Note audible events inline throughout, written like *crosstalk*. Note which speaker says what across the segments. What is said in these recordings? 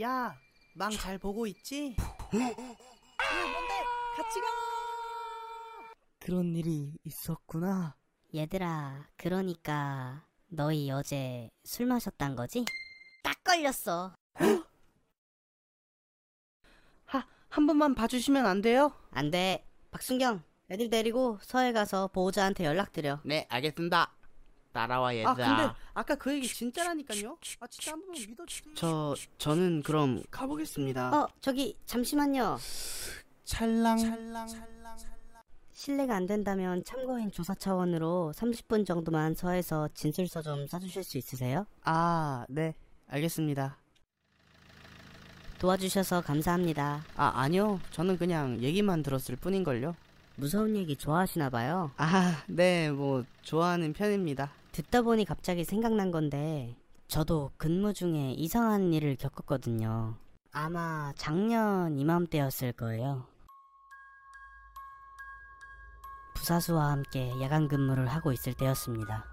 Speaker 1: 야, 망 잘 보고 있지?
Speaker 2: 아,
Speaker 3: 같이 가.
Speaker 1: 그런 일이 있었구나.
Speaker 4: 얘들아, 그러니까 너희 어제 술 마셨단 거지? 딱 걸렸어.
Speaker 1: 하, 한 번만 봐주시면 안 돼요?
Speaker 4: 안 돼. 박순경, 애들 데리고 서해 가서 보호자한테 연락드려.
Speaker 2: 네, 알겠습니다. 따라와 얘들아.
Speaker 1: 아, 근데 아까 그 얘기 진짜라니까요. 아, 진짜 한 번만 믿어주세요. 아.
Speaker 2: 저 저는 그럼 가보겠습니다.
Speaker 4: 어, 저기 잠시만요.
Speaker 2: 찰랑 찰랑
Speaker 4: 실례가 안 된다면 참고인 조사 차원으로 30분 정도만 서해서 진술서 좀 써주실 수 있으세요?
Speaker 2: 아, 네. 알겠습니다.
Speaker 4: 도와주셔서 감사합니다.
Speaker 2: 아, 아니요. 저는 그냥 얘기만 들었을 뿐인걸요.
Speaker 4: 무서운 얘기 좋아하시나 봐요.
Speaker 2: 아, 네. 뭐 좋아하는 편입니다.
Speaker 4: 듣다 보니 갑자기 생각난 건데 저도 근무 중에 이상한 일을 겪었거든요. 아마 작년 이맘때였을 거예요. 부사수와 함께 야간 근무를 하고 있을 때였습니다.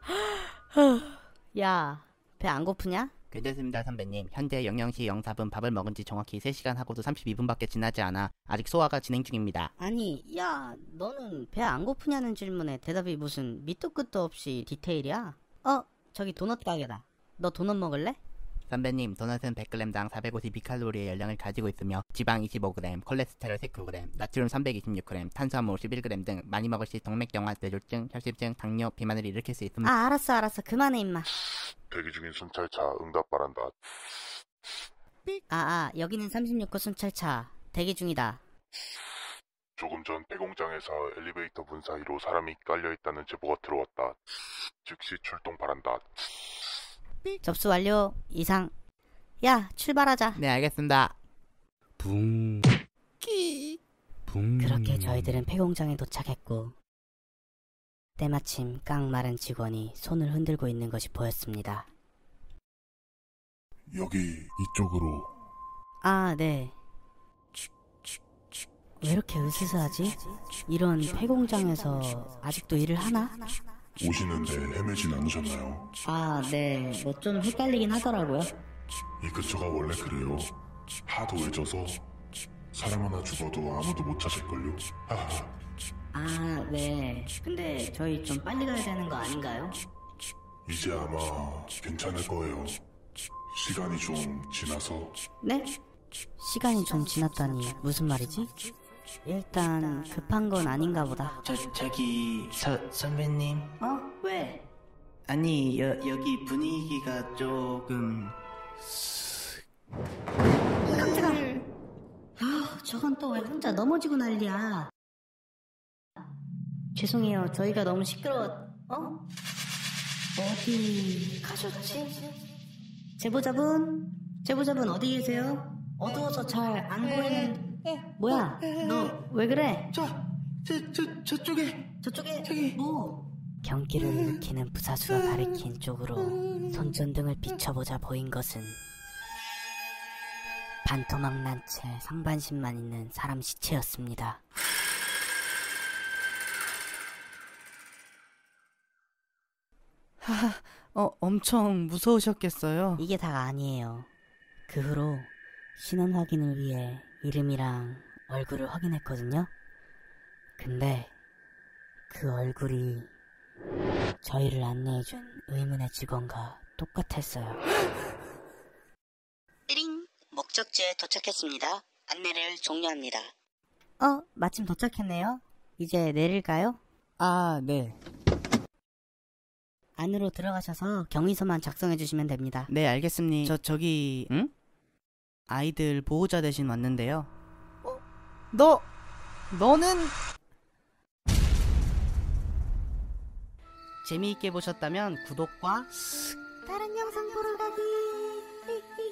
Speaker 4: *gasps* 야, 배 안 고프냐?
Speaker 2: 괜찮습니다, 선배님. 현재 영영시 영사분 밥을 먹은 지 정확히 3시간 하고도 32분밖에 지나지 않아 아직 소화가 진행 중입니다.
Speaker 4: 아니, 야, 너는 배 안 고프냐는 질문에 대답이 무슨 밑도 끝도 없이 디테일이야? 어, 저기 도넛 가게다. 너 도넛 먹을래?
Speaker 2: 선배님, 도넛은 100g당 452칼로리의 열량을 가지고 있으며 지방 25g, 콜레스테롤 3kg, 나트륨 326g, 탄수화물 51g 등 많이 먹을 시 동맥경화, 뇌졸중, 혈심증, 당뇨, 비만을 일으킬 수 있습니다.
Speaker 4: 아, 알았어, 알았어. 그만해, 임마.
Speaker 5: 대기 중인 순찰차 응답 바란다.
Speaker 4: 아, 아, 여기는 36호 순찰차. 대기 중이다.
Speaker 5: 조금 전 폐공장에서 엘리베이터 문 사이로 사람이 깔려 있다는 제보가 들어왔다. 즉시 출동 바란다.
Speaker 4: 접수 완료. 이상. 야, 출발하자.
Speaker 2: 네, 알겠습니다.
Speaker 6: 붕. 붕.
Speaker 4: 그렇게 저희들은 폐공장에 도착했고, 때마침 깡 마른 직원이 손을 흔들고 있는 것이 보였습니다.
Speaker 5: 여기 이쪽으로.
Speaker 4: 아, 네. 왜 이렇게 으스스하지? 이런 폐공장에서 아직도 일을 하나?
Speaker 5: 오시는데 헤매진 않으셨나요?
Speaker 4: 아, 네. 뭐 좀 헷갈리긴 하더라고요.
Speaker 5: 이 근처가 원래 그래요. 하도 외져서 사람 하나 죽어도 아무도 못 찾을걸요. 하하.
Speaker 4: 아, 네. 근데 저희 좀 빨리 가야 되는 거 아닌가요?
Speaker 5: 이제 아마 괜찮을 거예요. 시간이 좀 지나서
Speaker 4: 네? 시간이 좀 지났다니 무슨 말이지? 일단 급한 건 아닌가 보다.
Speaker 7: 저, 저기, 저, 선배님.
Speaker 4: 어? 왜?
Speaker 7: 아니, 여, 여기 분위기가 조금.
Speaker 4: 깜짝아. 아, 저건 또 왜 혼자 넘어지고 난리야. 죄송해요. 저희가 너무 시끄러워. 어? 어디 가셨지? 제보자분? 제보자분 어디 계세요? 어두워서 잘 안 보이는. 뭐야? 너 왜 그래?
Speaker 7: 저, 저, 저, 저쪽에.
Speaker 4: 저쪽에 뭐? 경기를 일으키는 부사수가 가리킨 쪽으로 손전등을 비춰보자 보인 것은 반토막 난 채 상반신만 있는 사람 시체였습니다.
Speaker 1: 어, 엄청 무서우셨겠어요.
Speaker 4: 이게 다가 아니에요. 그 후로 신원 확인을 위해 이름이랑 얼굴을 확인했거든요. 근데 그 얼굴이 저희를 안내해준 의문의 직원과 똑같았어요. 띠링! 목적지에 도착했습니다. 안내를 종료합니다. 어, 마침 도착했네요. 이제 내릴까요?
Speaker 2: 아, 네.
Speaker 4: 안으로 들어가셔서 경위서만 작성해 주시면 됩니다.
Speaker 2: 네, 알겠습니다. 저, 저기, 응? 아이들 보호자 대신 왔는데요.
Speaker 1: 어? 너, 너는
Speaker 2: 재미있게 보셨다면 구독과
Speaker 8: 다른 영상 보러 가기.